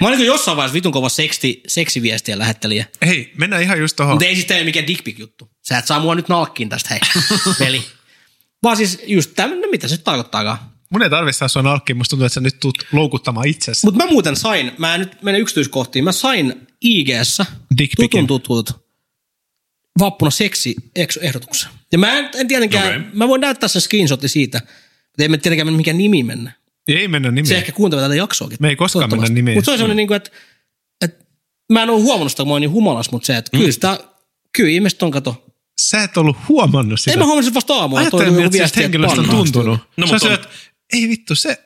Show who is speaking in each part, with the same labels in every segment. Speaker 1: Mä olin kyllä jossain vaiheessa vitun kova seksti, seksiviestien lähettelijä.
Speaker 2: Hei, mennään ihan just tohon.
Speaker 1: Mutta ei sitten mikään dickpic juttu. Sä et saa mua nyt nalkkiin tästä, hei, veli. Vaan siis just tämmöinen, mitä se nyt tarkoittaakaan.
Speaker 2: Mun ei tarvitse saada sua nalkkiin, musta tuntuu, että sä nyt tuut loukuttamaan itsesi.
Speaker 1: Mutta mä muuten sain, mä nyt menen yksityiskohtiin, mä sain IG-ssä
Speaker 2: Dickpicin.
Speaker 1: tutun tutut vappuna seksi ehdotuksen. Ja mä en, en tietenkään, okay.
Speaker 3: Okei.
Speaker 1: mä voin näyttää sen screenshotin siitä, mutta ei me tietenkään mikä nimi mennä.
Speaker 2: ei mennä
Speaker 1: Se
Speaker 2: nimiin.
Speaker 1: ehkä kuuntelee tätä jaksoakin.
Speaker 2: Niin. Me ei koskaan mennä nimiin.
Speaker 1: Mutta se on semmoinen, niin kuin, että, että mä en ole huomannut sitä, kun mä oon niin humalas, mutta se, että
Speaker 2: Mm.
Speaker 1: kyllä sitä, kyllä ihmiset on kato.
Speaker 2: Sä et ollut huomannut sitä.
Speaker 1: En mä huomannut sitä vasta aamulla. että
Speaker 2: Ajattelin,
Speaker 1: oli
Speaker 2: että
Speaker 1: joku
Speaker 2: siitä
Speaker 1: viesti,
Speaker 2: henkilöstä on
Speaker 1: pannaan.
Speaker 2: tuntunut.
Speaker 3: No,
Speaker 2: No,
Speaker 3: mut
Speaker 2: sä
Speaker 3: on-
Speaker 2: on... että ei vittu, se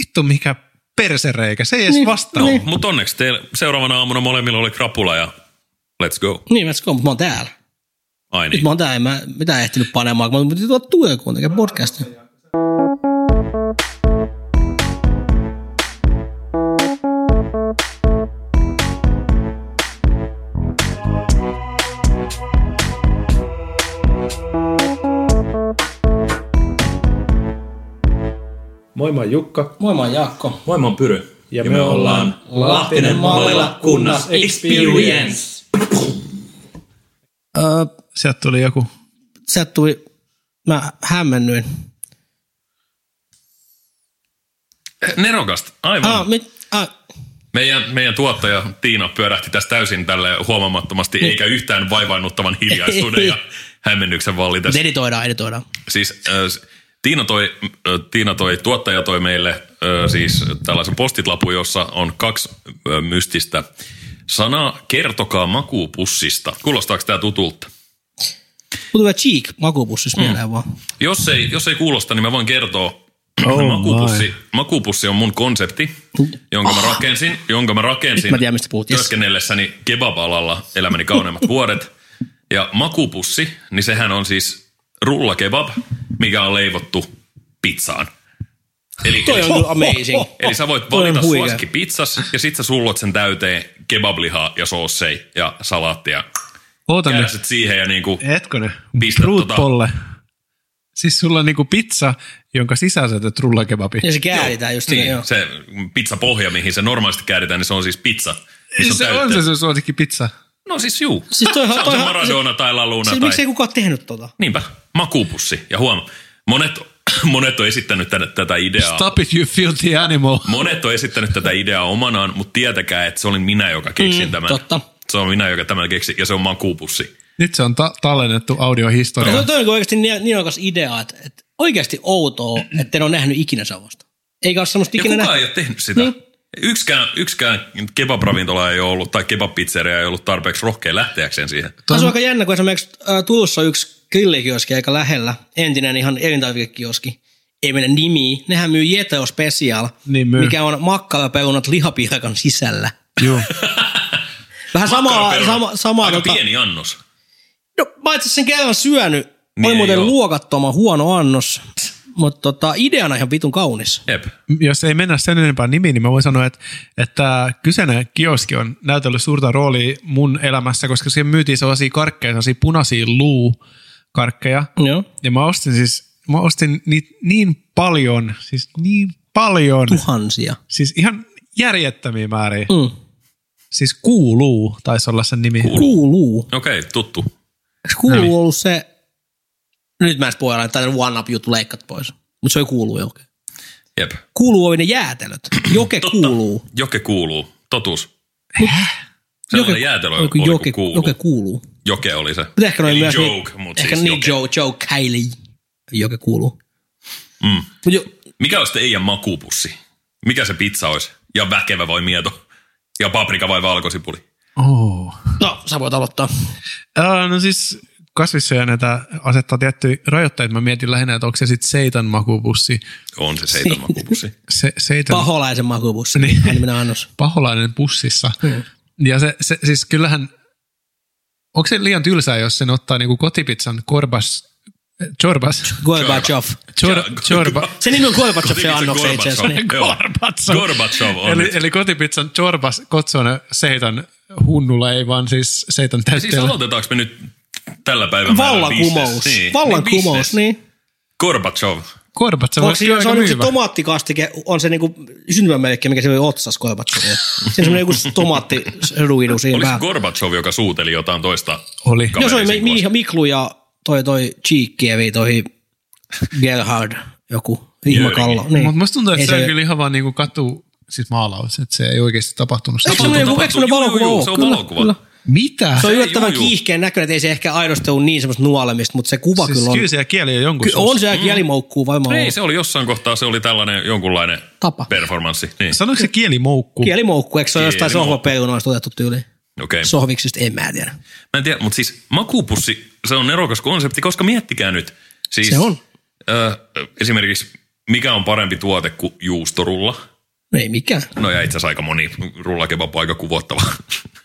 Speaker 2: vittu mikä persereikä, se ei edes
Speaker 1: Niin,
Speaker 2: vastaa.
Speaker 1: niin.
Speaker 3: Mutta onneksi teillä seuraavana aamuna molemmilla oli krapula ja let's go.
Speaker 1: Niin, mä mutta mä oon täällä.
Speaker 3: Ai
Speaker 1: Nyt
Speaker 3: niin.
Speaker 1: mä oon täällä, en mä mitään ehtinyt panemaan, kun mä piti tuoda tuoda kuitenkin podcastia.
Speaker 4: Moi, mä oon Jukka.
Speaker 1: Moi, mä oon Jaakko.
Speaker 3: Moi, mä oon Pyry.
Speaker 4: Ja me ollaan
Speaker 3: Lahtinen
Speaker 1: Mallila kunnas
Speaker 3: experience.
Speaker 1: Öö,
Speaker 2: Sieltä tuli joku.
Speaker 1: sieltä tuli, mä hämmennyin.
Speaker 3: Nerokasta, Eh, aivan.
Speaker 1: Ah, mit, ah,
Speaker 3: Meidän, meidän tuottaja Tiina pyörähti tässä täysin tälle huomaamattomasti, eikä yhtään vaivaannuttavan hiljaisuuden ja hämmennyksen vallitessa.
Speaker 1: editoidaan, editoidaan.
Speaker 3: Siis äh, s- Tiina toi, äh, Tiina toi, tuottaja toi meille äh, siis tällaisen postitlapun, jossa on kaksi äh, mystistä sanaa. Kertokaa makuupussista. Kuulostaako tämä tutulta?
Speaker 1: Mulla tulee cheek makuupussissa mm. mieleen vaan.
Speaker 3: Jos ei, jos ei kuulosta, niin mä voin kertoa.
Speaker 2: Oh
Speaker 3: makuupussi, makuupussi on mun konsepti, jonka mä rakensin, jonka mä rakensin
Speaker 1: Ah. Nyt mä tiedän, mistä puhut, yes.
Speaker 3: työskennellessäni kebab-alalla elämäni kauneimmat vuodet. Ja makuupussi, niin sehän on siis rullakebab, mikä on leivottu pizzaan. Eli,
Speaker 1: Toi on
Speaker 3: eli,
Speaker 1: kyllä amazing.
Speaker 3: eli sä voit
Speaker 1: Toi on
Speaker 3: valita
Speaker 1: huikea.
Speaker 3: suosikki pizzas ja sit sä sullot sen täyteen kebablihaa ja soossei ja salaattia.
Speaker 2: Oota nyt.
Speaker 3: Kärsit siihen ja niinku
Speaker 2: Hetkone.
Speaker 3: Pistä
Speaker 2: Brute
Speaker 3: tota-
Speaker 2: polle. Siis sulla on niinku pizza, jonka sisään sä teet rullakebabi.
Speaker 1: Ja se kääritään just niin, joo.
Speaker 3: se pizzapohja, mihin se normaalisti kääritään, niin se on siis pizza. missä
Speaker 2: Niin se on se
Speaker 3: täytteet.
Speaker 2: sun suosikki pizza.
Speaker 3: No siis juu.
Speaker 1: Siis toihan-
Speaker 3: se on se
Speaker 1: toihan-
Speaker 3: Maradona tai La Luna
Speaker 1: Siis
Speaker 3: tai...
Speaker 1: miksi ei kukaan tehnyt tota?
Speaker 3: Niinpä, makuupussi. Ja huom, monet, monet on esittänyt tätä, tätä ideaa.
Speaker 2: Stop it, you filthy animal.
Speaker 3: Monet on esittänyt tätä ideaa omanaan, mutta tietäkää, että se olin minä, joka keksin mm, tämän.
Speaker 1: totta.
Speaker 3: Se on minä, joka tämän keksi, ja se on makuupussi.
Speaker 2: Nyt se on ta- tallennettu
Speaker 1: Ja Toi,
Speaker 2: audiohistoriaan.
Speaker 1: toi on kyllä oikeasti niin, niin oikas idea, että, että oikeasti outoa, että en ole nähnyt ikinä Savosta. Eikä ole semmoista
Speaker 3: Ja
Speaker 1: ikinä
Speaker 3: kukaan
Speaker 1: nähnyt.
Speaker 3: ei ole tehnyt sitä.
Speaker 1: Niin.
Speaker 3: Niin. Yksikään, yksikään kebab-ravintola ei ole ollut, tai kebab-pizzeria ei ollut tarpeeksi rohkea lähteäkseen siihen.
Speaker 1: Tämä on aika jännä, kun esimerkiksi äh, Turussa on yksi grillikioski aika lähellä, entinen ihan elintarvikekioski, ei mene nimiin. Nehän myy Jeteo Special,
Speaker 2: Niin myy.
Speaker 1: mikä on makkaraperunat lihapiirakan sisällä.
Speaker 2: Joo.
Speaker 1: Vähän samaa,
Speaker 3: Makkaraperunat.
Speaker 1: sama, samaa
Speaker 3: Aika
Speaker 1: tota,
Speaker 3: pieni annos.
Speaker 1: no, mä itse asiassa sen kerran syönyt, niin oli
Speaker 3: ei
Speaker 1: muuten
Speaker 3: oo.
Speaker 1: luokattoman huono annos, mutta tota, ideana ihan vitun kaunis.
Speaker 3: Jep.
Speaker 2: jos ei mennä sen enempää nimiin, niin mä voin sanoa, että, että tämä kyseinen kioski on näytellyt suurta roolia mun elämässä, koska siihen myytiin sellaisia karkkeja, sellaisia punaisia luukarkkeja.
Speaker 1: Joo.
Speaker 2: Ja mä ostin siis, mä ostin niitä niin paljon, siis niin paljon,
Speaker 1: Tuhansia.
Speaker 2: siis ihan järjettömiä määriä.
Speaker 1: Mm.
Speaker 2: Siis kuuluu, taisi olla sen nimi.
Speaker 1: Kuuluu.
Speaker 3: Okei, okay, tuttu.
Speaker 1: Eikö kuuluu Näin. ollut se... Nyt mä en spoilaa, että tämän one up juttu leikkat pois. Mutta se ei kuuluu jokin.
Speaker 3: Jep.
Speaker 1: Kuuluu oli ne jäätelöt. Joke
Speaker 3: Totta.
Speaker 1: kuuluu.
Speaker 3: Joke kuuluu. Totuus.
Speaker 1: Joke,
Speaker 3: Sellainen joke, jäätelö oli,
Speaker 1: joku
Speaker 3: kun
Speaker 1: joke,
Speaker 3: kuuluu.
Speaker 1: joke kuuluu.
Speaker 3: joke oli se.
Speaker 1: Mutta ehkä noin
Speaker 3: Eli
Speaker 1: myös...
Speaker 3: joke,
Speaker 1: niin,
Speaker 3: mutta
Speaker 1: ehkä
Speaker 3: siis
Speaker 1: niin
Speaker 3: joke.
Speaker 1: Joe, Joe Kylie. Joke kuuluu.
Speaker 3: Mm.
Speaker 1: Mut jo,
Speaker 3: Mikä olisi teidän makuupussi? Mikä se pizza olisi? Ja väkevä vai mieto? Ja paprika vai valkosipuli?
Speaker 2: Oh.
Speaker 1: no, sä voit aloittaa.
Speaker 2: Ää, no siis kasvissyöjänä tämä asettaa tiettyjä rajoitteita. Mä mietin lähinnä, että onko se sitten seitan makupussi.
Speaker 3: On se
Speaker 1: Niin.
Speaker 3: seitsemän makuupussi.
Speaker 2: Se, seitan...
Speaker 1: Paholaisen makuupussi. Niin. Hän minä annos.
Speaker 2: paholainen pussissa.
Speaker 1: Mm.
Speaker 2: Ja se, se, siis kyllähän, onko se liian tylsää, jos sen ottaa niinku kotipizzan korbas, chorbas,
Speaker 1: Gorbachev.
Speaker 2: chor, chorba,
Speaker 1: Se nimi on Gorbachev se annos itse asiassa.
Speaker 3: Gorbachev.
Speaker 1: Niin.
Speaker 3: Joo.
Speaker 2: Gorbatsov.
Speaker 3: Gorbatsov on
Speaker 2: eli,
Speaker 3: nyt.
Speaker 2: eli kotipizzan chorbas kotsone seitan hunnulla, ei vaan siis seitan
Speaker 3: Siis
Speaker 2: täytteellä.
Speaker 3: aloitetaanko me nyt tällä päivän määrällä
Speaker 1: Vallankumous.
Speaker 3: business? Niin.
Speaker 1: Vallankumous,
Speaker 3: business.
Speaker 1: niin.
Speaker 3: Gorbachev.
Speaker 2: Korbatsa
Speaker 1: Onko se,
Speaker 2: olisi
Speaker 1: se, on
Speaker 2: aika
Speaker 1: niinku se
Speaker 2: myyvä.
Speaker 1: tomaattikastike, on se niinku syntymämerkki, mikä se oli otsas koivattu. Siinä on semmoinen joku tomaattiruidu siinä
Speaker 3: Oliko se
Speaker 1: vähän.
Speaker 3: Gorbachev, joka suuteli jotain toista
Speaker 2: Oli.
Speaker 1: Joo, se oli mi-
Speaker 3: kaverin
Speaker 1: mi- Miklu ja toi toi Cheekkievi, toi Gerhard, joku ihmakallo. Niin.
Speaker 2: Mutta musta tuntuu, että
Speaker 1: Ei
Speaker 2: se on kyllä ihan vaan niinku katu siis maalaus, että se ei oikeasti tapahtunut.
Speaker 1: Eikö se ole
Speaker 3: Tapahtuu,
Speaker 1: joku,
Speaker 3: tapahtuu.
Speaker 1: eikö semmoinen valokuva
Speaker 3: Tuota Juu, juu, juu,
Speaker 1: ole?
Speaker 3: se on
Speaker 1: Kyllä,
Speaker 3: valokuva.
Speaker 1: kyllä.
Speaker 2: Mitä?
Speaker 1: Se on yllättävän
Speaker 3: juu, juu.
Speaker 1: kiihkeen näköinen, että ei se ehkä aidosti ole niin semmoista nuolemista, mutta se kuva
Speaker 2: siis
Speaker 1: kyllä on.
Speaker 2: kyllä siellä kieli on jonkun
Speaker 1: Kyllä on se mm. kielimoukku varmaan
Speaker 3: Ei,
Speaker 1: ollut.
Speaker 3: Niin, se oli jossain kohtaa, se oli tällainen jonkunlainen
Speaker 1: Tapa.
Speaker 3: performanssi. Niin.
Speaker 2: Sanoiko se kielimoukku?
Speaker 1: Kielimoukku, eikö se ole jostain
Speaker 3: Kielimoukku.
Speaker 1: sohvaperunoista otettu tyyli?
Speaker 3: Okei.
Speaker 1: Sohviksista, en mä tiedä.
Speaker 3: Mä en tiedä, mutta siis makuupussi, se on nerokas konsepti, koska miettikää nyt. Siis,
Speaker 1: Se on.
Speaker 3: Ö, esimerkiksi, mikä on parempi tuote kuin juustorulla?
Speaker 1: No ei mikään.
Speaker 3: No ja itse asiassa aika moni rullakebab on aika kuvottava.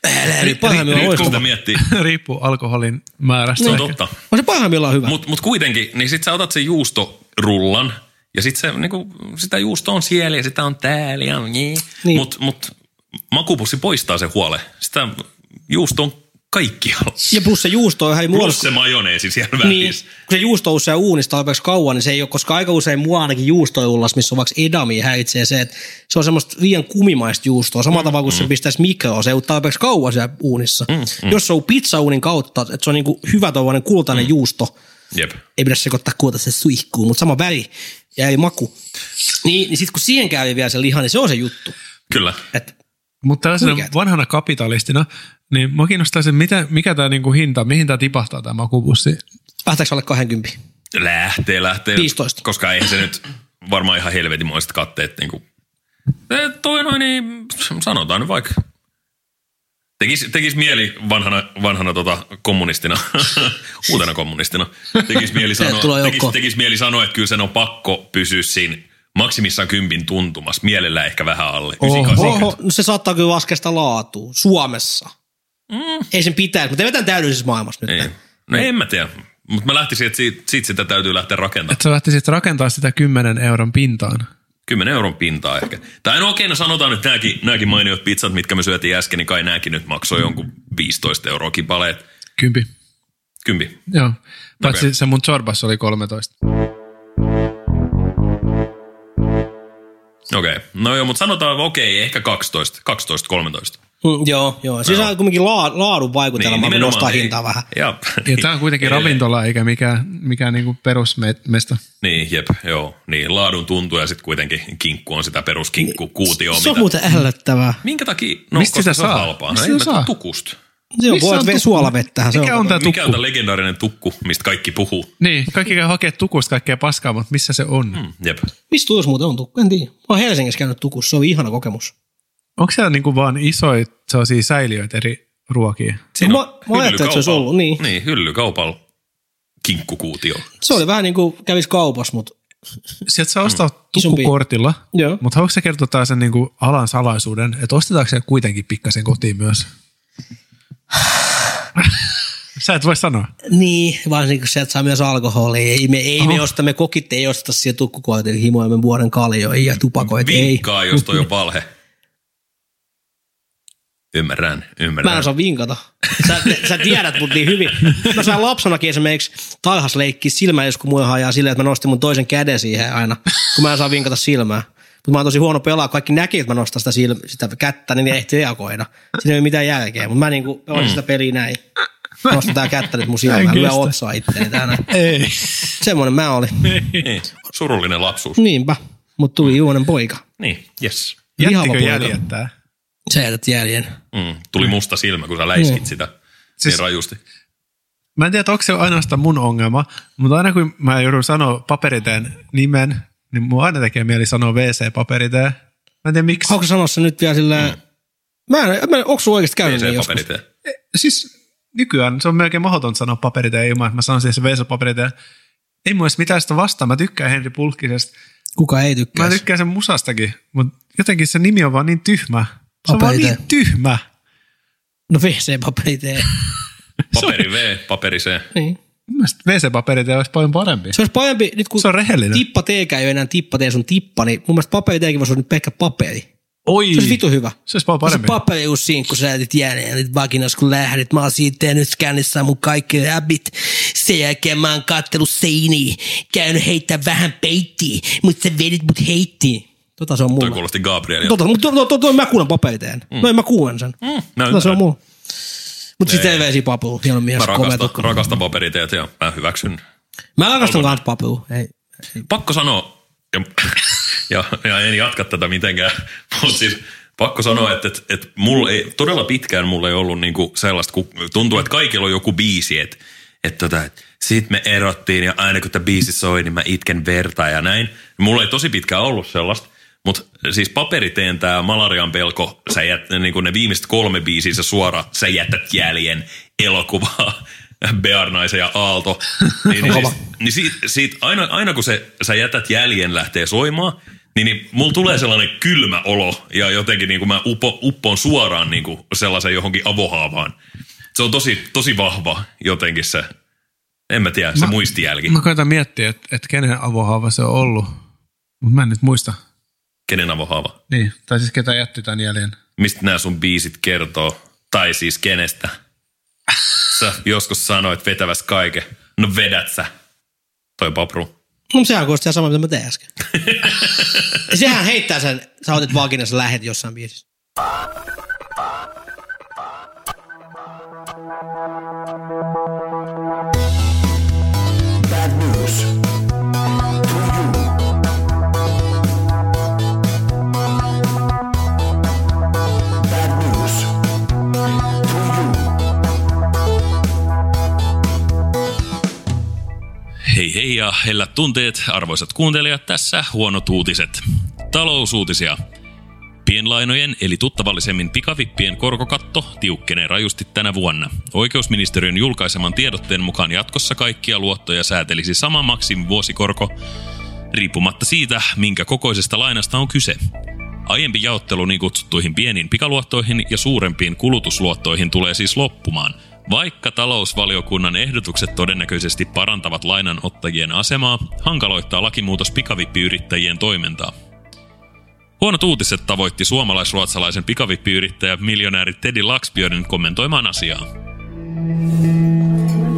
Speaker 1: Älä nyt parhaimmillaan
Speaker 3: Nyt kun sitä
Speaker 1: loistava.
Speaker 3: miettii,
Speaker 2: Riippuu alkoholin määrästä.
Speaker 1: No.
Speaker 3: se on
Speaker 1: Niin.
Speaker 2: ehkä.
Speaker 3: totta.
Speaker 1: On se parhaimmillaan hyvä.
Speaker 3: Mutta mut kuitenkin, niin sit sä otat sen juustorullan, ja sit se, niinku, sitä juusto on siellä ja sitä on täällä ja niin.
Speaker 1: Niin.
Speaker 3: Mut, mut makupussi poistaa sen huole. Sitä juusto on kaikkialla.
Speaker 1: Ja plus se juusto on ihan
Speaker 3: Plus
Speaker 1: muodostunut.
Speaker 3: se siis. majoneesi siellä
Speaker 1: Niin,
Speaker 3: välissä.
Speaker 1: kun se juusto on usein uunista tarpeeksi kauan, niin se ei ole, koska aika usein mua ainakin juustoillas, missä on vaikka edamia häiritsee se, että se on semmoista liian kumimaista juustoa, samalla
Speaker 3: Mm,
Speaker 1: tavalla kuin se pistäisi mikroon, se ei ole tarpeeksi kauan siellä uunissa.
Speaker 3: mm.
Speaker 1: Jos se on pizzauunin kautta, että se on niin hyvä tuollainen kultainen juusto,
Speaker 3: Jep.
Speaker 1: ei pidä sekoittaa kuota se suihkuun, mutta sama väri ja ei maku. Niin, niin sitten kun siihen käy vielä se liha, niin se on se juttu.
Speaker 3: Kyllä.
Speaker 1: Et,
Speaker 2: Mutta tällaisena
Speaker 1: Huikeeta.
Speaker 2: vanhana kapitalistina, niin mua kiinnostaisin, mitä, mikä tämä niinku hinta, mihin tämä tipahtaa tämä makupussi.
Speaker 1: lähteekö alle 20?
Speaker 3: Lähtee, lähtee.
Speaker 1: 15.
Speaker 3: Koska eihän se nyt varmaan ihan helvetimoiset katteet niinku. Eh, Toi noin, niin sanotaan nyt vaikka. Tekis, tekis mieli vanhana, vanhana tota, kommunistina, uutena kommunistina. Tekis mieli,
Speaker 1: Tervetuloa
Speaker 3: sanoa, tekis,
Speaker 1: joukkoon.
Speaker 3: tekis mieli sanoa, että kyllä sen on pakko pysyä siinä maksimissaan kympin tuntumassa. Mielellä ehkä vähän alle.
Speaker 2: Oho.
Speaker 3: Yhdeksänkymmentä.
Speaker 1: Oho, no se saattaa kyllä laskea sitä laatua Suomessa. Mm. Ei sen pitäisi, mutta ei vetään täydellisessä maailmassa nyt.
Speaker 3: Ei. No en mä tiedä. Mutta mä lähtisin, että siitä, siitä sitä täytyy lähteä rakentamaan.
Speaker 2: Että sä lähtisit rakentaa sitä 10 euron pintaan.
Speaker 3: 10 euron pintaa ehkä. Tai no okei, no sanotaan nyt nämäkin, nämäkin mainiot pizzat, mitkä me syötiin äsken, niin kai nämäkin nyt maksoi jonkun 15 euroa kipaleet.
Speaker 2: Kympi.
Speaker 3: Kympi.
Speaker 2: Joo. Paitsi se mun Zorbas oli 13.
Speaker 3: Okei. No joo, mutta sanotaan okei, ehkä 12, 12, 13.
Speaker 1: Mm, joo, joo. Siis on kuitenkin laa, laadun vaikutelma, niin, nostaa
Speaker 3: ei.
Speaker 1: hintaa vähän.
Speaker 3: Ja,
Speaker 2: Ja tämä Niin, on kuitenkin ravintola eikä mikään, mikään niinku perusmesta.
Speaker 3: Niin, jep, joo. Niin, laadun tuntuu ja sitten kuitenkin kinkku on sitä
Speaker 1: Niin,
Speaker 3: peruskinkku, kuutio on
Speaker 1: Se on
Speaker 3: mitä.
Speaker 1: muuten ällöttävää.
Speaker 3: Minkä takia? No,
Speaker 2: Mistä sitä
Speaker 3: koska se on
Speaker 2: saa?
Speaker 3: halpaa.
Speaker 2: Mistä
Speaker 3: No, en
Speaker 2: sitä
Speaker 3: mä tiedä,
Speaker 2: saa?
Speaker 3: tukusta.
Speaker 1: Se on
Speaker 2: Missä
Speaker 1: voit
Speaker 2: on
Speaker 1: ve-
Speaker 2: tukku?
Speaker 1: suolavettähän. Se
Speaker 2: Mikä
Speaker 1: on
Speaker 2: on tää
Speaker 3: Mikä on
Speaker 2: tukku?
Speaker 3: tämä legendaarinen tukku, mistä kaikki puhuu?
Speaker 2: Niin, kaikki käy hakee tukusta kaikkea paskaa, mutta missä se on? Hmm.
Speaker 3: Mm, Jep.
Speaker 1: Mistä tuossa muuten on tukku? En tiedä. Mä oon Helsingissä käynyt tukussa, se on ihana kokemus.
Speaker 2: Onko siellä niinku vaan isoja sellaisia säiliöitä eri ruokia?
Speaker 1: Mä, mä ajattelin, että se olisi
Speaker 3: hyllykaupalla.
Speaker 1: ollut. Niin.
Speaker 3: Niin, hyllykaupalla kinkkukuutio.
Speaker 1: Se oli vähän niin kuin kävisi kaupassa, mutta
Speaker 2: Sieltä saa ostaa hmm.
Speaker 1: Isompi.
Speaker 2: tukkukortilla,
Speaker 1: Joo.
Speaker 2: mutta haluatko sä kertoa tää sen niinku alan salaisuuden, että ostetaanko se kuitenkin pikkasen kotiin myös? Sä et voi sanoa.
Speaker 1: Niin, varsinkin kun sieltä saa myös alkoholia. Ei me, ei me osta, me kokit ei osteta siellä tukkukoitin himoja, me vuoden kaljoihin ja tupakoit. Ei.
Speaker 3: Vinkkaa, jos toi on valhe. Ymmärrän,
Speaker 1: Mä en
Speaker 3: ymmärrän.
Speaker 1: osaa vinkata. Sä, sä tiedät mut niin hyvin. Mä sain lapsenakin esimerkiksi tarhas leikkiä silmää, jos kun mua hajaa silleen, että mä nostin mun toisen käden siihen aina, kun mä en saa vinkata silmää. Mutta mä oon tosi huono pelaa, kaikki näki, että mä nostan sitä, silm- sitä kättä, niin ne ehti reagoida. Siinä ei ole mitään järkeä, mutta mä niinku mm. sitä peliä näin. Nostan tää kättä nyt mun
Speaker 2: Mä
Speaker 1: silmään,
Speaker 2: en
Speaker 1: lyö
Speaker 2: kestä.
Speaker 1: otsaa itteeni tänään.
Speaker 2: Ei.
Speaker 1: Semmoinen mä olin.
Speaker 3: Niin, surullinen lapsuus.
Speaker 1: Niinpä, mutta tuli juonen poika.
Speaker 3: Niin, yes.
Speaker 1: Lihava
Speaker 2: Jättikö
Speaker 1: poika.
Speaker 2: jäljet tää?
Speaker 1: Sä jätät jäljen.
Speaker 3: Mm, tuli musta silmä, kun sä läiskit
Speaker 1: Mm.
Speaker 3: sitä niin
Speaker 2: Siis-
Speaker 3: rajusti.
Speaker 2: Mä en tiedä, onko se ainoastaan mun ongelma, mutta aina kun mä joudun sanoa paperiteen nimen, niin mua aina tekee mieli sanoa WC-paperiteen. Mä en tiedä miksi.
Speaker 1: Haluatko sanoa se nyt vielä sillä... Mm. Mä en, mä en, onko sulla oikeasti käynyt niin joskus?
Speaker 3: WC-paperiteen.
Speaker 2: Siis nykyään se on melkein mahdoton sanoa paperiteen ilman, että mä sanon siis WC-paperiteen. Ei mulla edes mitään sitä vastaan. Mä tykkään Henri Pulkkisesta.
Speaker 1: Kuka ei
Speaker 2: Mä
Speaker 1: tykkää? Tyk-
Speaker 2: tykkään sen musastakin, mutta jotenkin se nimi on vaan niin tyhmä. Se on vaan
Speaker 1: Paperiteen.
Speaker 2: niin tyhmä.
Speaker 1: no WC-paperi tee.
Speaker 3: Paperi V, paperi C.
Speaker 1: niin.
Speaker 2: Mun mielestä WC-paperiteen olisi paljon parempi.
Speaker 1: Se olisi parempi, nyt kun
Speaker 2: Se on rehellinen.
Speaker 1: tippa teekään ei ole enää tippa tee sun tippa, niin mun mielestä paperi teekin voisi olla nyt pelkkä paperi.
Speaker 2: Oi.
Speaker 1: Se olisi vitu hyvä.
Speaker 2: Se olisi paljon
Speaker 1: Se
Speaker 2: paremmin.
Speaker 1: paperi uusi sinkku, sä jätit jälleen, nyt vakinas kun lähdet. Mä oon siitä tehnyt scannissä mun kaikki läbit. Sen jälkeen mä oon kattellut seiniä, käynyt heittää vähän peittiä, mutta sä vedit mut heitti. Tota se on
Speaker 3: Toi
Speaker 1: mulla.
Speaker 3: kuulosti Gabrielia.
Speaker 1: Tota, mutta to, to, to, mä kuulen papeiteen. Mm. Noin mä kuulen sen. Mm.
Speaker 3: mä
Speaker 1: Tota se on
Speaker 3: ymmärrän.
Speaker 1: mulla. Mutta sitten terveisiä papu, hieno mies,
Speaker 3: Mä
Speaker 1: komea
Speaker 3: rakastan,
Speaker 1: tukka.
Speaker 3: rakastan paperiteet ja mä hyväksyn.
Speaker 1: Mä rakastan kans papu. Ei.
Speaker 3: Pakko sanoa, ja, ja, ja en jatka tätä mitenkään, mutta siis pakko sanoa, että, että, että mulla ei, todella pitkään mulla ei ollut niinku sellaista, kun tuntuu, että kaikilla on joku biisi, että, että, tota, että sit me erottiin ja aina kun tämä biisi soi, niin mä itken verta ja näin. Mulla ei tosi pitkään ollut sellaista. Mutta siis paperiteen tämä Malarian pelko, sä jät, niin ne viimeiset kolme biisiä se suora, sä jätät jäljen elokuvaa, Bearnaisen ja Aalto. Niin, niin, siis, niin siitä, siitä aina, aina kun se, sä jätät jäljen lähtee soimaan, niin, niin mulla tulee sellainen kylmä olo ja jotenkin niin kuin mä upo, uppoon suoraan niin kuin sellaisen johonkin avohaavaan. Se on tosi, tosi vahva jotenkin se, en mä tiedä, se mä, muistijälki. Mä,
Speaker 2: Mä koitan miettiä, että et kenen avohaava se on ollut. Mutta mä en nyt muista.
Speaker 3: Kenen avohaava?
Speaker 2: Niin, tai siis ketä jätti tämän jäljen.
Speaker 3: mistä nämä sun biisit kertoo, tai siis kenestä. Sä joskus sanoit vetäväs kaiken. No vedät sä, toi papru.
Speaker 1: No sehän kuulosti ihan sama, mitä mä tein äsken. sehän heittää sen, sä otit vakinas ja lähet jossain biisissä.
Speaker 3: Hei hei ja hellät tunteet, arvoisat kuuntelijat, tässä huonot uutiset. Talousuutisia. Pienlainojen eli tuttavallisemmin pikavippien korkokatto tiukkenee rajusti tänä vuonna. Oikeusministeriön julkaiseman tiedotteen mukaan jatkossa kaikkia luottoja säätelisi sama maksim vuosikorko, riippumatta siitä, minkä kokoisesta lainasta on kyse. Aiempi jaottelu niin kutsuttuihin pieniin pikaluottoihin ja suurempiin kulutusluottoihin tulee siis loppumaan, vaikka talousvaliokunnan ehdotukset todennäköisesti parantavat lainanottajien asemaa, hankaloittaa lakimuutos pikavippiyrittäjien toimintaa. Huonot uutiset tavoitti suomalaisruotsalaisen pikavippiyrittäjä miljonääri Teddy Laxbjörnin kommentoimaan asiaa.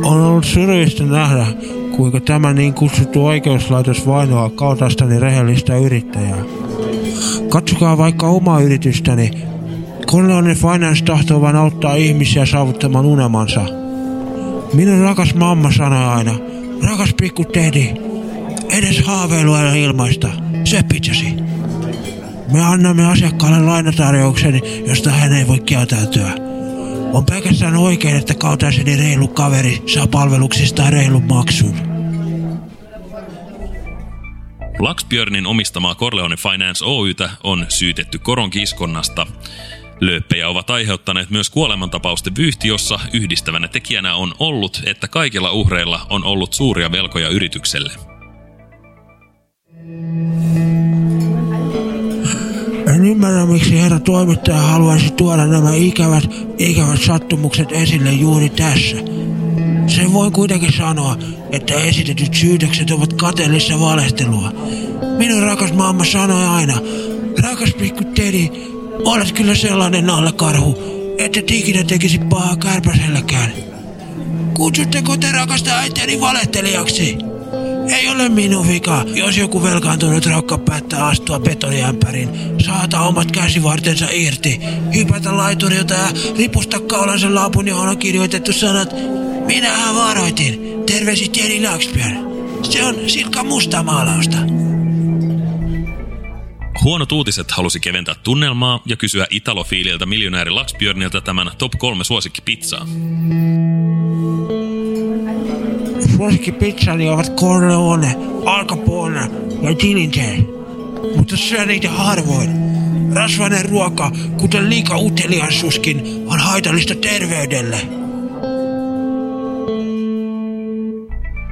Speaker 5: On ollut surullista nähdä, kuinka tämä niin kutsuttu oikeuslaitos vainoaa kaltaistani rehellistä yrittäjää. Katsokaa vaikka omaa yritystäni. Corleone Finance tahtoo vain auttaa ihmisiä saavuttamaan unelmansa. Minun rakas mamma sanoi aina, rakas pikku Teddy, edes haaveilua ei ole ilmaista, söpitsesi. Me annamme asiakkaalle lainatarjouksen, josta hän ei voi kieltäytyä. On pelkästään oikein, että kaltaiseni reilu kaveri saa palveluksistaan reilun maksun.
Speaker 3: Laxbjörnin omistamaa Corleone Finance Oytä on syytetty koronkiskonnasta. Lööppejä ovat aiheuttaneet myös kuolemantapausten vyyhti, jossa yhdistävänä tekijänä on ollut, että kaikilla uhreilla on ollut suuria velkoja yritykselle.
Speaker 5: En ymmärrä, miksi herra toimittaja haluaisi tuoda nämä ikävät, ikävät sattumukset esille juuri tässä. Sen voi kuitenkin sanoa, että esitetyt syytökset ovat kateellista valehtelua. Minun rakas mamma sanoi aina, rakas pikku Teddy, olet kyllä sellainen nallakarhu, että ikinä tekisi pahaa kärpäsellekään. Kutsutteko te rakasta äitiäni valehtelijaksi? Ei ole minun vika, jos joku velkaantunut rakka päättää astua betoniämpäriin, saata omat käsivartensa irti, hypätä laiturilta ja ripusta kaulansa laapun, johon on kirjoitettu sanat Minähän varoitin, terveisi Thierry Laxbjörn. Se on silkka musta maalausta.
Speaker 3: Huonot uutiset halusi keventää tunnelmaa ja kysyä italofiililtä miljonääri Laxbjörniltä tämän top 3 suosikkipizzaa.
Speaker 5: Suosikkipizzani niin ovat Corleone, Al Capone ja Dillinger. Mutta syön niitä harvoin. Rasvainen ruoka, kuten liika uteliaisuuskin, on haitallista terveydelle.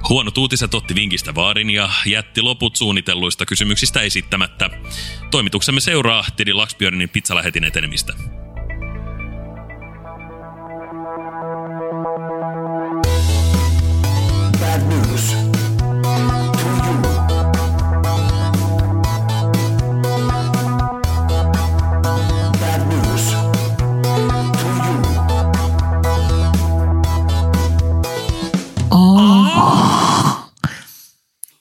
Speaker 3: Huonot uutiset otti vinkistä vaarin ja jätti loput suunnitelluista kysymyksistä esittämättä. Toimituksemme seuraa Teddy Laxbjörnin pizzalähetin etenemistä.
Speaker 6: Bad news.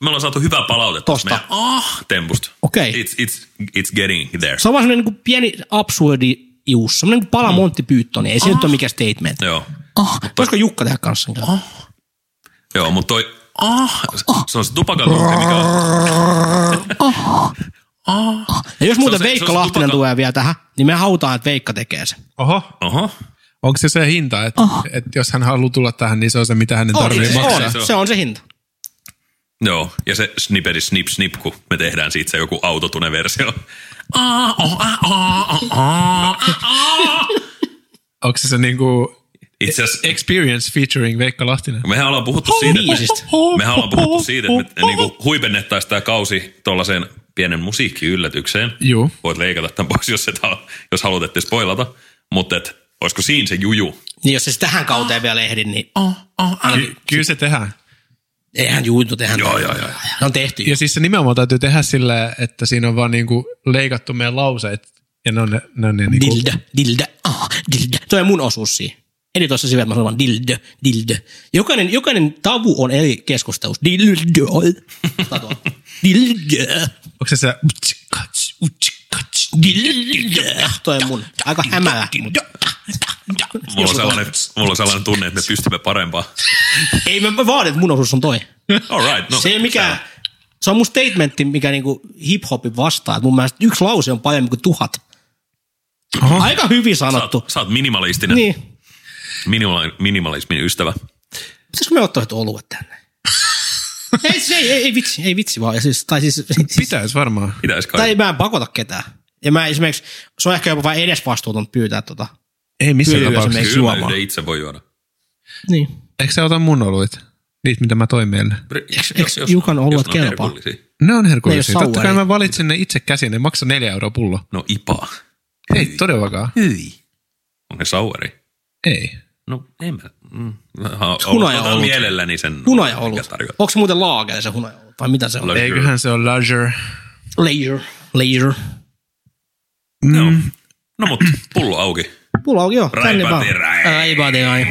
Speaker 3: ollaan saatu hyvää palautetta
Speaker 1: Tosta.
Speaker 3: meidän ah-tempusta.
Speaker 1: Okei.
Speaker 3: It's, it's, it's getting there.
Speaker 1: Se on vaan semmoinen niin pieni absurdi ius, semmoinen niin pala Monty Pythonia. Ei se nyt ole mikään statement.
Speaker 3: Mm. Ah. Joo. Ah.
Speaker 1: Oh, Voisiko Jukka tehdä kanssa? Oh.
Speaker 3: Joo, mutta toi... Ah, se on se tupakan tunti, mikä on...
Speaker 1: Ja jos muuten
Speaker 3: se- se on
Speaker 1: Veikka
Speaker 3: se
Speaker 1: Lahtinen
Speaker 3: tupakka-
Speaker 1: tulee vielä tähän, niin me hautaan, että Veikka tekee sen.
Speaker 2: Oho,
Speaker 3: Oho.
Speaker 2: onko se se hinta, että oh. et jos hän haluaa tulla tähän, niin se on se, mitä hänen
Speaker 1: On,
Speaker 2: tarvitsee maksaa?
Speaker 3: se
Speaker 1: on,
Speaker 3: on.
Speaker 1: se on se hinta.
Speaker 3: Joo, ja se snipperi snip snip, kun me tehdään siitä se joku autotune versio. Ah, oh, ah, ah, ah, ah.
Speaker 2: Onko se se niinku
Speaker 3: Itse asiassa
Speaker 2: experience featuring Veikka Lahtinen?
Speaker 3: mehän ollaan puhuttu siitä,
Speaker 1: biisistä.
Speaker 3: mehän ollaan puhuttu siitä, että me niinku huipennettaisiin tämä kausi tuollaiseen pienen musiikkiyllätykseen.
Speaker 2: Juu.
Speaker 3: Voit leikata tämän pois, jos, et, halua- jos haluat, ettei spoilata. Mutta et, olisiko siinä se juju?
Speaker 1: Niin jos se tähän kauteen vielä ehdi, niin
Speaker 2: Ky- kyllä se tehdään.
Speaker 1: eihän juutu tehdä.
Speaker 3: Joo, joo, joo.
Speaker 1: Ne on tehty.
Speaker 2: Ja siis se nimenomaan täytyy tehdä sillä, että siinä on vaan niinku leikattu meidän lauseet. Ja ne on ne, ne, on ne niinku,
Speaker 1: Dilde, dilde, ah, dilde. Tuo on mun osuus siihen. Eli tuossa sivellä mä sanon vaan dilde, dilde. Jokainen, jokainen tavu on eri keskustelussa. Dilde. Tää tuo. Dilde.
Speaker 2: onko se se
Speaker 1: Dilde. Toi on mun. Aika hämärä. mutta-
Speaker 3: Mulla on, sellainen, mulla on sellainen tunne, että me pystymme parempaan.
Speaker 1: Ei mä mä vaadin, että mun osuus on toi.
Speaker 3: All right. No,
Speaker 1: se ei ole mikään, se on mun statementti, mikä niinku hip-hopin vastaa. Että mun mielestä yksi lause on parempi kuin tuhat.
Speaker 2: Oho.
Speaker 1: Aika hyvin
Speaker 3: Sä oot,
Speaker 1: sanottu.
Speaker 3: sä oot minimalistinen. Niin.
Speaker 1: Niin.
Speaker 3: Minima- minimalismin ystävä.
Speaker 1: Pitäisikö me ottaa nyt oluet tänne? ei, se, ei, ei, vitsi, ei vitsi vaan. Ja Siis, tai siis,
Speaker 2: Pitäis varmaan.
Speaker 3: Pitäis kai.
Speaker 1: tai mä en pakota ketään. Ja mä esimerkiksi, se on ehkä jopa vain edes vastuuton pyytää tota.
Speaker 2: Ei missään
Speaker 1: Kyllä,
Speaker 2: tapauksessa.
Speaker 1: esimerkiksi
Speaker 3: Kyllä mä
Speaker 1: juomaan.
Speaker 3: yhden itse voi juoda.
Speaker 1: Niin.
Speaker 2: Eikö se ota mun oluit? Niitä, mitä mä toin meille.
Speaker 1: eiks Jukan oluet
Speaker 3: jos ne on
Speaker 1: kelpaa?
Speaker 3: herkullisia.
Speaker 2: Ne on
Speaker 1: Ne ei
Speaker 2: herkullisia.
Speaker 1: oo
Speaker 2: Totta kai
Speaker 1: sauvareita.
Speaker 2: mä valitsin ne itse käsin. Ne maksaa neljä euroa pullo.
Speaker 3: No ipaa.
Speaker 2: Ei todellakaan.
Speaker 3: Hyi. Onko ne saueri?
Speaker 2: Ei.
Speaker 3: No en mä. Mm.
Speaker 1: hunaja
Speaker 3: Hunaja
Speaker 1: olut.
Speaker 3: mielelläni sen.
Speaker 1: Hunaja
Speaker 3: mikä
Speaker 1: ollut.
Speaker 3: tarjoaa.
Speaker 1: Onko se muuten laageri se hunaja ollut? Vai mitä se on?
Speaker 3: Ole-
Speaker 2: Eiköhän se ole larger.
Speaker 1: Layer. Layer.
Speaker 3: Joo. No mut pullo auki.
Speaker 1: Mulla on joo. Tänne
Speaker 3: Raipa
Speaker 1: vaan.
Speaker 3: teräin.
Speaker 1: Raipa teräin.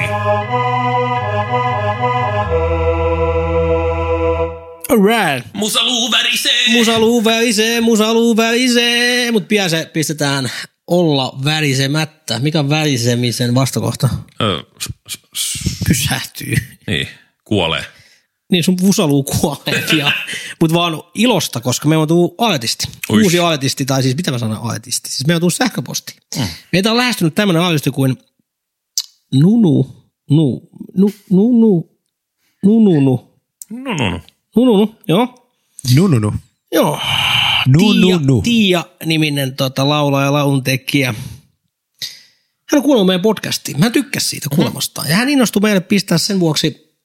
Speaker 1: Alright.
Speaker 3: Musaluu värisee.
Speaker 1: Musaluu värisee, musaluu värisee, mutta pian se pistetään olla värisemättä. Mikä on värisemisen vastakohta?
Speaker 3: Ö, s- s- s-
Speaker 1: Pysähtyy.
Speaker 3: niin, kuolee.
Speaker 1: Niin sun musaluu kuolee pian, mutta vaan ilosta, koska me on tullut artisti.
Speaker 3: Ui.
Speaker 1: Uusi artisti, tai siis mitä mä sanon artisti? Siis me on tullut sähköposti. Meitä on lähestynyt tämmöinen artisti kuin Nunu, nu, nu, Nunu, Nununu,
Speaker 3: No no no.
Speaker 1: Nununu, joo.
Speaker 2: Nununu.
Speaker 1: Joo, Tiia, Tiia niminen tota, laulaja ja launtekijä. Hän on kuunnellut meidän podcastiin. Mä tykkäsin siitä kuulemastaan. Ja hän innostui meille pistää sen vuoksi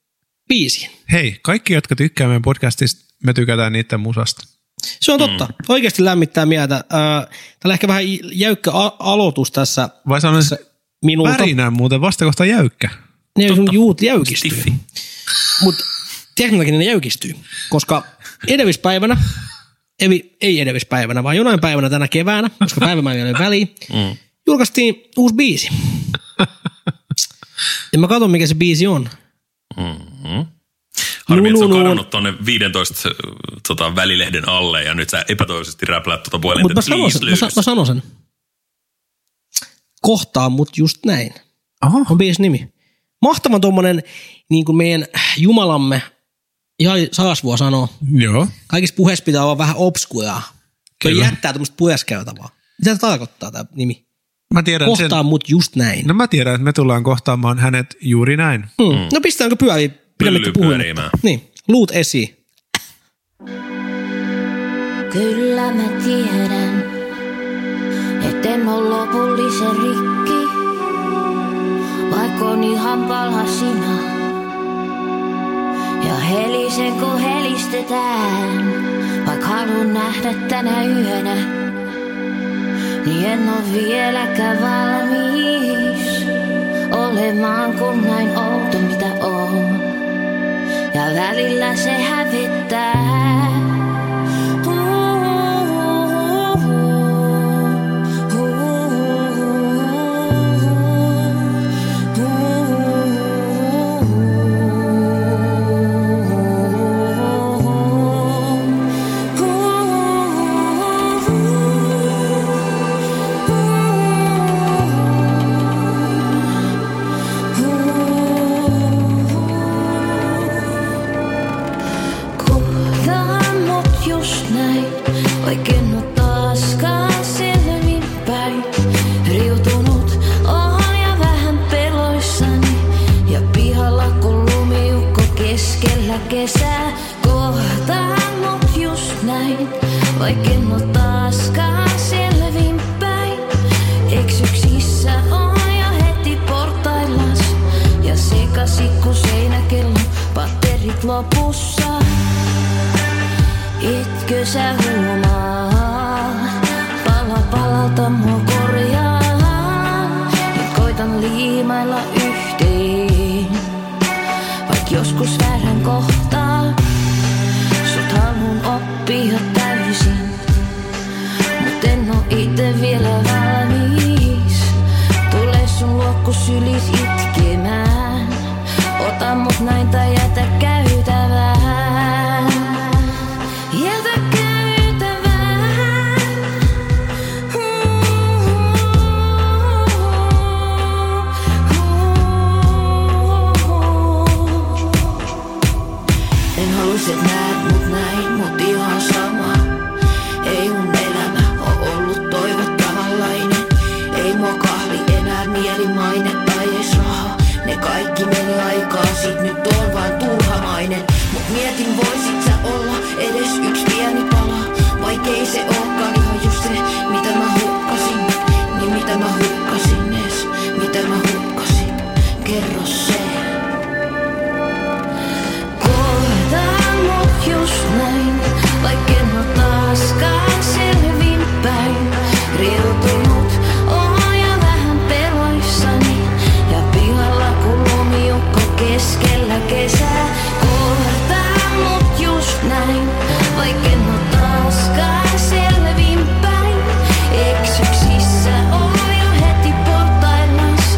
Speaker 1: biisiin.
Speaker 2: Hei, kaikki, jotka tykkää meidän podcastista, me tykätään niiden musasta.
Speaker 1: Se on totta. Mm. Oikeasti lämmittää mieltä. Äh, Täällä on ehkä vähän jäykkä a- aloitus tässä
Speaker 2: Vai sanon,
Speaker 1: minulta.
Speaker 2: värinään muuten vastakohta jäykkä.
Speaker 1: Ne sun juut jäykistyy.
Speaker 3: Stiffi.
Speaker 1: Mutta tiedätkö minkä ne jäykistyy? Koska edellispäivänä, eli ei edellispäivänä, vaan jonain päivänä tänä keväänä, koska päivämäärä ei ole väliä, mm. julkaistiin uusi biisi. Ja mä katson, mikä se biisi on.
Speaker 3: Harmi, että se on
Speaker 1: Nunu, nunu.
Speaker 3: kadonnut tonne 15 tota, välilehden alle ja nyt sä epätoivoisesti räpläät tota
Speaker 1: Mutta
Speaker 3: puhelinta.
Speaker 1: mä, sanon sen- mä, sa- mä sanon sen. Kohtaa mut just näin.
Speaker 2: Aha.
Speaker 1: On biisin nimi. Mahtavan tuommoinen, niin kuin meidän jumalamme Jari Saasvuo sanoo,
Speaker 2: Joo.
Speaker 1: kaikissa puheissa pitää olla vähän obskuraa. Toi
Speaker 2: Kyllä.
Speaker 1: jättää tämmöistä pueskeltavaa. Mitä se tarkoittaa tämä nimi?
Speaker 2: Mä tiedän sen.
Speaker 1: Kohtaa mut just näin.
Speaker 2: No mä tiedän, että me tullaan kohtaamaan hänet juuri näin.
Speaker 1: Mm. No pistetäänkö pyöri pidemmittä
Speaker 3: Pylly pyörimään.
Speaker 1: puhumatta? Niin, luut esiin.
Speaker 6: Kyllä mä tiedän, etten oo lopullisen rikki, vaikka on ihan palha sinä. Ja helisen kun helistetään, vaikka haluan nähdä tänä yönä, niin en oo vieläkään valmis olemaan kun näin outo mitä on. Ja välillä se hävittää. niin niin lopussa. Itkö sä huomaa? Pala palalta mua korjaa. Nyt koitan liimailla yhteen. Vaik joskus väärän kohtaa. Sut haluun oppia täysin. Mut en oo ite vielä valmis. Tule sun luokku sylis itkemään. Ota mut näin tai jätä käytävään. Jätä käytävään. En halus et näet mut näin, mut ihan sama. Ei mun elämä oo ollut toivottavanlainen. Ei mua kahvi enää mieli maine tai ees raha. Ne kaikki meni aikaa, sit nyt on vaan turhamainen. Mut mietin voisit sä olla edes yksi pieni pala. Vaikei se ookaan ihan just se, mitä mä hukkasin. Niin mitä mä hukkasin ees, mitä mä hukkasin. Kerro se. Kohtaan mut just näin, vaik en oo taaskaan selvin päin. Riutunut oon ja vähän peloissani ja pihalla kun lumiukko keskellä kesää. Kohtaan mut just näin, vaik en oo taaskaan selvin päin. Eksyksissä oon jo heti portaillas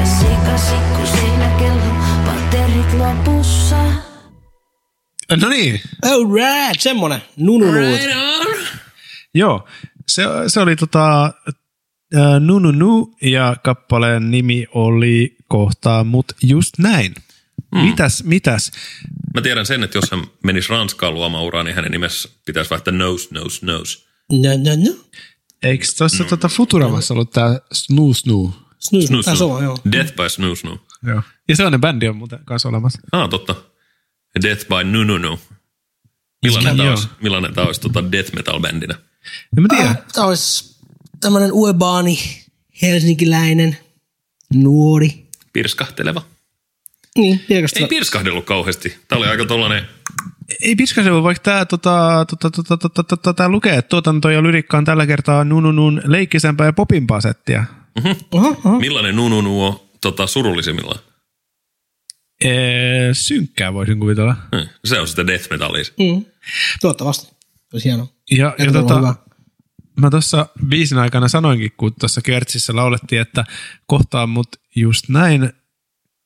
Speaker 6: ja sekasin kun seinäkello patterit lopussa.
Speaker 2: No niin,
Speaker 1: Oh right, semmonen. Nununuut.
Speaker 2: oh. joo. Se, se oli tota, ää, nu, nu, nu, ja kappaleen nimi oli kohtaa, mut just näin. Mm. Mitäs, mitäs?
Speaker 3: Mä tiedän sen, että jos hän menisi Ranskaan luomaan uraa, niin hänen nimessä pitäisi vaihtaa nose, nose, nose.
Speaker 1: No, no, no.
Speaker 2: Eikö tuossa tota Futuramassa ollut tää Snoo Snoo?
Speaker 1: Snus,
Speaker 3: Snoo,
Speaker 1: tää
Speaker 3: snoo.
Speaker 1: sama, joo.
Speaker 3: Death by snoo snoo.
Speaker 2: Joo. Ja sellainen bändi on muuten kanssa olemassa.
Speaker 3: Ah, totta. Death by nu nu nu. Millainen tämä
Speaker 2: Joo.
Speaker 3: olisi, millainen tää olisi tota death metal bändinä?
Speaker 2: En mä tiedä.
Speaker 1: Tämä olisi tämmöinen uebaani, helsinkiläinen, nuori.
Speaker 3: Pirskahteleva.
Speaker 1: Niin,
Speaker 3: Ei
Speaker 1: tiedätkö
Speaker 3: pirskahdellut kauheasti. Tää oli aika tollanen,
Speaker 2: Ei pitkäse voi, vaikka tämä tota, tota, tota, tota, tota, tota, lukee, että tuotanto ja lyrikka on tällä kertaa nununun leikkisempää ja popimpaa settiä.
Speaker 3: millainen nu nu nu on tota, surullisimmillaan.
Speaker 2: Ee, synkkää voisin kuvitella.
Speaker 3: Hmm. Se on sitä death metalia.
Speaker 1: mm. Toivottavasti. Se olisi hienoa.
Speaker 2: Ja, ja
Speaker 1: Jatketaan
Speaker 2: tota,
Speaker 1: vaan.
Speaker 2: mä tuossa biisin aikana sanoinkin, kun tuossa kertsissä laulettiin, että kohtaa mut just näin,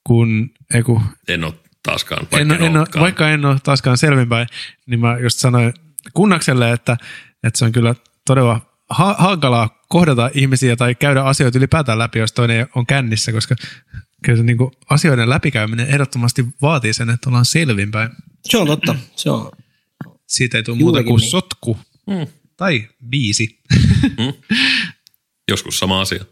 Speaker 2: kun, ei kun,
Speaker 3: En oo taaskaan,
Speaker 2: en,
Speaker 3: vaikka en,
Speaker 2: en,
Speaker 3: en
Speaker 2: ole, vaikka en ole taaskaan selvinpäin, niin mä just sanoin kunnakselle, että, että se on kyllä todella ha- hankalaa kohdata ihmisiä tai käydä asioita ylipäätään läpi, jos toinen on kännissä, koska kyllä se niin kuin asioiden läpikäyminen ehdottomasti vaatii sen, että ollaan selvinpäin.
Speaker 1: Se on totta. Se on.
Speaker 2: Siitä ei tule muuta
Speaker 1: Juurikin
Speaker 2: kuin
Speaker 1: niin.
Speaker 2: sotku
Speaker 3: Mm.
Speaker 2: tai biisi.
Speaker 3: Joskus sama asia.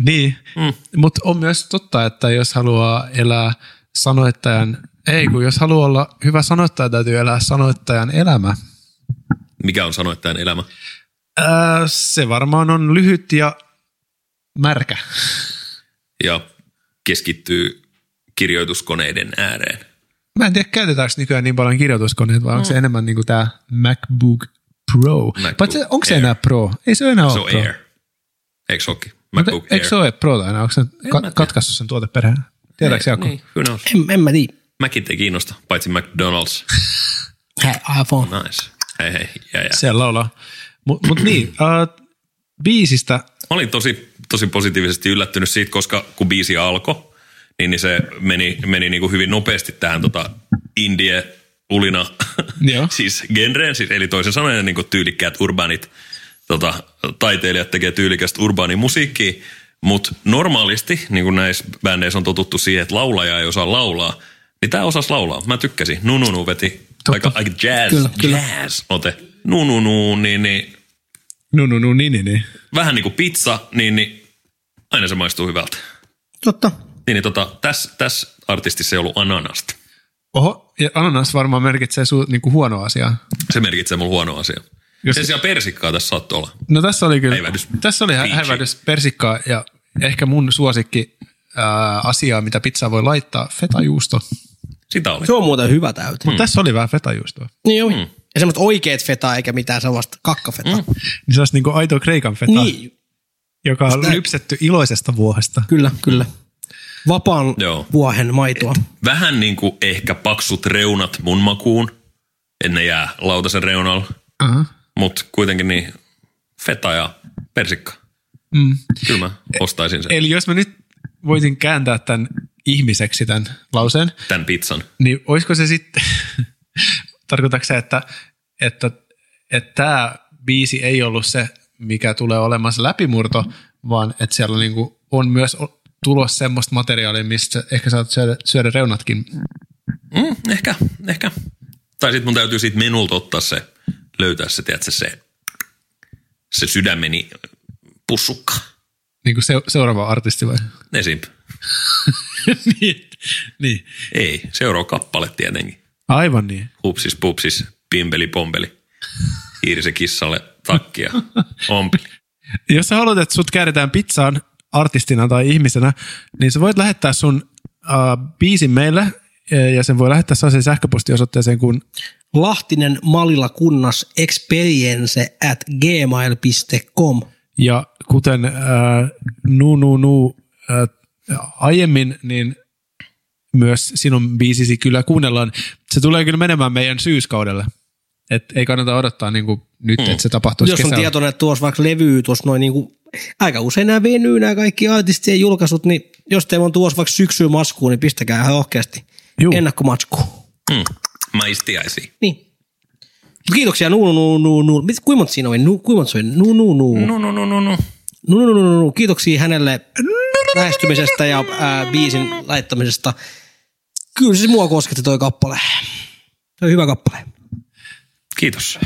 Speaker 2: Niin,
Speaker 3: Mm.
Speaker 2: mm. mutta on myös totta, että jos haluaa elää sanoittajan, ei kun jos haluaa olla hyvä sanoittaja, täytyy elää sanoittajan elämä.
Speaker 3: Mikä on sanoittajan elämä?
Speaker 2: Ää, se varmaan on lyhyt ja märkä.
Speaker 3: Ja keskittyy kirjoituskoneiden ääreen.
Speaker 2: Mä en tiedä, käytetäänkö nykyään niin paljon kirjoituskoneita, vai
Speaker 3: Mm.
Speaker 2: onko se enemmän niin tämä MacBook Pro? Paitsi onko se
Speaker 3: Air.
Speaker 2: enää Pro? Ei se enää
Speaker 3: Se
Speaker 2: ole
Speaker 3: on
Speaker 2: Pro.
Speaker 3: Air. Eikö se ookin?
Speaker 2: Mutta
Speaker 3: MacBook Air.
Speaker 2: Eikö se ole Pro enää? Onko se
Speaker 3: mä tiedä.
Speaker 2: ka- katkaissut sen tuoteperään? Tiedätkö Jaakko?
Speaker 3: Niin, who knows?
Speaker 1: En, en mä tiedä.
Speaker 3: Mäkin ei kiinnosta, paitsi McDonald's.
Speaker 1: Hei, iPhone.
Speaker 3: Nice. Hei hei, jää, jää.
Speaker 2: Siellä laulaa. Mutta mut niin, äh, biisistä
Speaker 3: Mä olin tosi, tosi positiivisesti yllättynyt siitä, koska kun biisi alkoi, niin niin se meni, meni niin kuin hyvin nopeasti tähän tota indie ulina
Speaker 2: Joo.
Speaker 3: siis genreen, siis, eli toisin sanoen niin kuin tyylikkäät urbaanit tota, taiteilijat tekee tyylikästä urbaanimusiikkia, mutta normaalisti, niin kuin näissä bändeissä on totuttu siihen, että laulaja ei osaa laulaa, niin tämä osasi laulaa. Mä tykkäsin. Nununu veti aika, aika jazz,
Speaker 1: Kyllä, kyllä.
Speaker 3: jazz ote. Nununu, niin, niin
Speaker 2: No, no, no, niin, niin, niin.
Speaker 3: vähän niin kuin pizza, niin, niin aina se maistuu hyvältä.
Speaker 1: Totta.
Speaker 3: Niin, niin tota, tässä täs artistissa ei ollut ananasta.
Speaker 2: Oho, ja ananas varmaan merkitsee su, niin kuin huono asia.
Speaker 3: Se merkitsee mulla huono asia.
Speaker 2: Jos-
Speaker 3: Sen sijaan persikkaa tässä saattoi olla.
Speaker 2: No tässä oli kyllä,
Speaker 3: Häivähdys.
Speaker 2: tässä oli hä-
Speaker 3: Peachy.
Speaker 2: häivähdys persikkaa ja äh, ehkä mun suosikki ää, asiaa, mitä pizzaa voi laittaa, fetajuusto.
Speaker 3: Sitä oli.
Speaker 1: Se on muuten hyvä täyte. Mm.
Speaker 2: Mutta tässä oli vähän fetajuustoa.
Speaker 1: Niin joo. Mm. Ja semmoista oikeet fetaa eikä mitään sellaista kakkafetaa. Mm.
Speaker 2: Niin se olisi niinku aito kreikan feta, niin.
Speaker 1: Niin,
Speaker 2: joka on lypsetty iloisesta vuohesta.
Speaker 1: kyllä, kyllä. Vapaan
Speaker 3: Joo.
Speaker 1: vuohen maitoa.
Speaker 3: Vähän niin kuin ehkä paksut reunat mun makuun, en ne jää lautasen reunalla,
Speaker 2: Uh-huh.
Speaker 3: mutta kuitenkin niin feta ja persikka.
Speaker 2: Mm.
Speaker 3: Kyllä mä ostaisin sen,
Speaker 2: Eli jos mä nyt voisin kääntää tämän ihmiseksi tämän lauseen,
Speaker 3: tämän pizzan.
Speaker 2: niin olisiko se sitten, tarkoitatko se, että, että, että tämä biisi ei ollut se, mikä tulee olemaan se läpimurto, vaan että siellä on, niinku, on myös o- tulos semmoista materiaalia, mistä ehkä saat syödä, syödä reunatkin.
Speaker 3: Mm, ehkä, ehkä. Tai sitten mun täytyy siitä menulta ottaa se, löytää se, tiedätkö, se, se sydämeni pussukka.
Speaker 2: Niinku se, seuraava artisti vai?
Speaker 3: Esim.
Speaker 2: niin. niin.
Speaker 3: Ei, seuraava kappale tietenkin.
Speaker 2: Aivan niin.
Speaker 3: Hupsis pupsis, pimpeli pompeli. Hiiri se kissalle takkia, ompeli.
Speaker 2: Jos sä haluat, että sut kääritään pizzaan artistina tai ihmisenä, niin sä voit lähettää sun äh, biisin meille eh, ja sen voi lähettää sellaiseen sähköpostiosoitteeseen kuin
Speaker 1: Lahtinen Malila kunnas experience at gmail.com.
Speaker 2: Ja kuten äh, nu, nu, nu, äh, aiemmin, niin myös sinun biisisi kyllä kuunnellaan. Se tulee kyllä menemään meidän syyskaudelle. Et ei kannata odottaa niin kuin nyt, mm. että se tapahtuisi
Speaker 1: Jos on
Speaker 2: kesällä.
Speaker 1: tietoinen, että tuossa vaikka levyy tuossa noin niin kuin, aika usein nämä venyy nämä kaikki artistien julkaisut, niin jos teillä on tuossa vaikka syksyyn maskuun, niin pistäkää ihan rohkeasti
Speaker 2: Juu.
Speaker 1: ennakkomatskuun.
Speaker 3: Mm, maistiaisi.
Speaker 1: Niin. Kiitoksia, nu, nu, nu, nu. Mit, kuinka monta siinä oli? Nu, kuinka monta se oli? Nu, nu, nu. Nu,
Speaker 3: No, no, no, no, no.
Speaker 1: nu, nu, nu, nu. Kiitoksia hänelle lähestymisestä ja ää, biisin laittamisesta. Kyllä siis mua kosketti toi kappale. Se on hyvä kappale.
Speaker 3: Kiitos.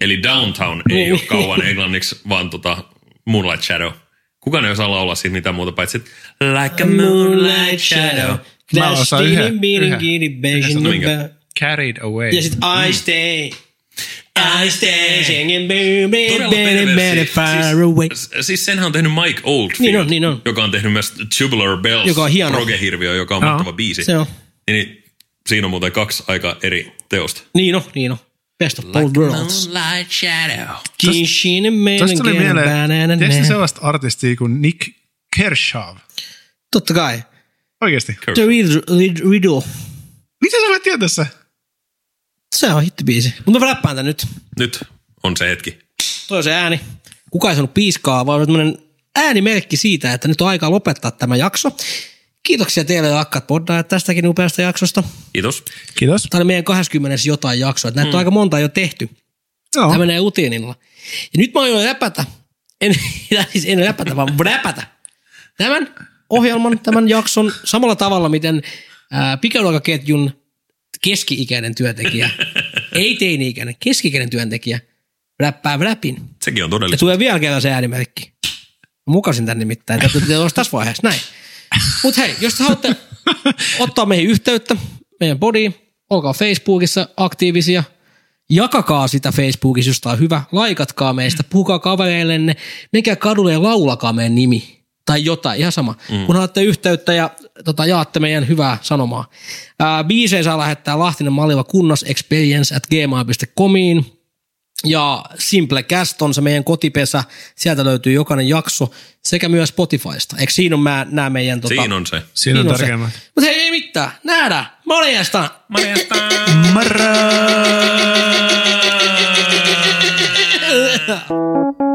Speaker 3: Eli Downtown
Speaker 1: Niin.
Speaker 3: ei ole kauan englanniksi, vaan tota Moonlight Shadow. Kukaan ei osaa laulaa siitä mitään muuta paitsi, että like a moonlight shadow.
Speaker 2: Mä osaan
Speaker 1: Clash,
Speaker 2: yhden,
Speaker 1: tini, bini,
Speaker 2: yhden.
Speaker 1: gini, beijing,
Speaker 3: Yhden sanoin, minkä?
Speaker 2: Carried away.
Speaker 1: Ja sit I stay. I stay singing baby,
Speaker 3: Todella
Speaker 1: baby, baby,
Speaker 3: perversi.
Speaker 1: far away.
Speaker 3: Siis, siis senhän on tehnyt Mike Oldfield,
Speaker 1: Niin on, niin on.
Speaker 3: joka on tehnyt myös Tubular Bells,
Speaker 1: Joka on hieno.
Speaker 3: progehirviö, joka on
Speaker 2: Joo.
Speaker 3: mahtava biisi.
Speaker 1: Se on.
Speaker 3: Niin, siinä on muuten kaksi aika eri teosta.
Speaker 1: Niino, Niino. Best of both worlds.
Speaker 3: Moonlight shadow.
Speaker 1: Kishin and man
Speaker 2: Tuosta tuli
Speaker 1: again, banana
Speaker 2: mieleen, tiedätkö
Speaker 1: man.
Speaker 2: sellaista artistia kuin Nick Kershaw?
Speaker 1: Totta kai.
Speaker 2: Oikeasti.
Speaker 1: The Riddle. Rid- riddle.
Speaker 2: Miten sä voit tietää se?
Speaker 1: Se on hittibiisi. Mutta mä räppään tän nyt.
Speaker 3: Nyt on se hetki.
Speaker 1: Toi on se ääni. Kuka ei saanut piiskaa, vaan on tämmönen äänimerkki siitä, että nyt on aika lopettaa tämä jakso. Kiitoksia teille rakkaat poddaajat tästäkin upeasta jaksosta.
Speaker 3: Kiitos.
Speaker 2: Kiitos.
Speaker 1: Tämä oli meidän 20 jotain jaksoa. että Näitä
Speaker 3: Mm.
Speaker 1: on aika monta jo tehty.
Speaker 2: No.
Speaker 1: Tämä menee rutiinilla. Ja nyt mä aion räpätä. En, siis en räpätä, vaan räpätä. Tämän ohjelman, tämän jakson samalla tavalla, miten ää, pikaruokaketjun keski-ikäinen työntekijä, ei teini-ikäinen, keski-ikäinen työntekijä, räppää räpin.
Speaker 3: Sekin on
Speaker 1: Ja
Speaker 3: todellista.
Speaker 1: tulee vielä kerran se äänimerkki. Mä Mukasin tän nimittäin. Täytyy pitää olla tässä vaiheessa. Näin. Mut hei, jos te haluatte ottaa meihin yhteyttä, meidän bodyin, olkaa Facebookissa aktiivisia. Jakakaa sitä Facebookissa, jos tää on hyvä. Laikatkaa meistä, puhukaa kavereillenne, menkää kadulle ja laulakaa meidän nimi. Tai jotain, ihan sama. Mm. Kun haluatte yhteyttä ja tota, jaatte meidän hyvää sanomaa. Ää, biisejä saa lähettää Lahtinen Maliva kunnas experience at gmail.comiin. Ja Simplecast on se meidän kotipesä. Sieltä löytyy jokainen jakso sekä myös Spotifysta. Eikö siinä on mä, nämä meidän... Tota,
Speaker 3: Siinä on se.
Speaker 2: Siinä on
Speaker 1: se.
Speaker 2: tärkeimmät.
Speaker 1: Mut hei, ei mitään. Nähdään. Morjesta.
Speaker 3: Morjesta!
Speaker 2: Moro!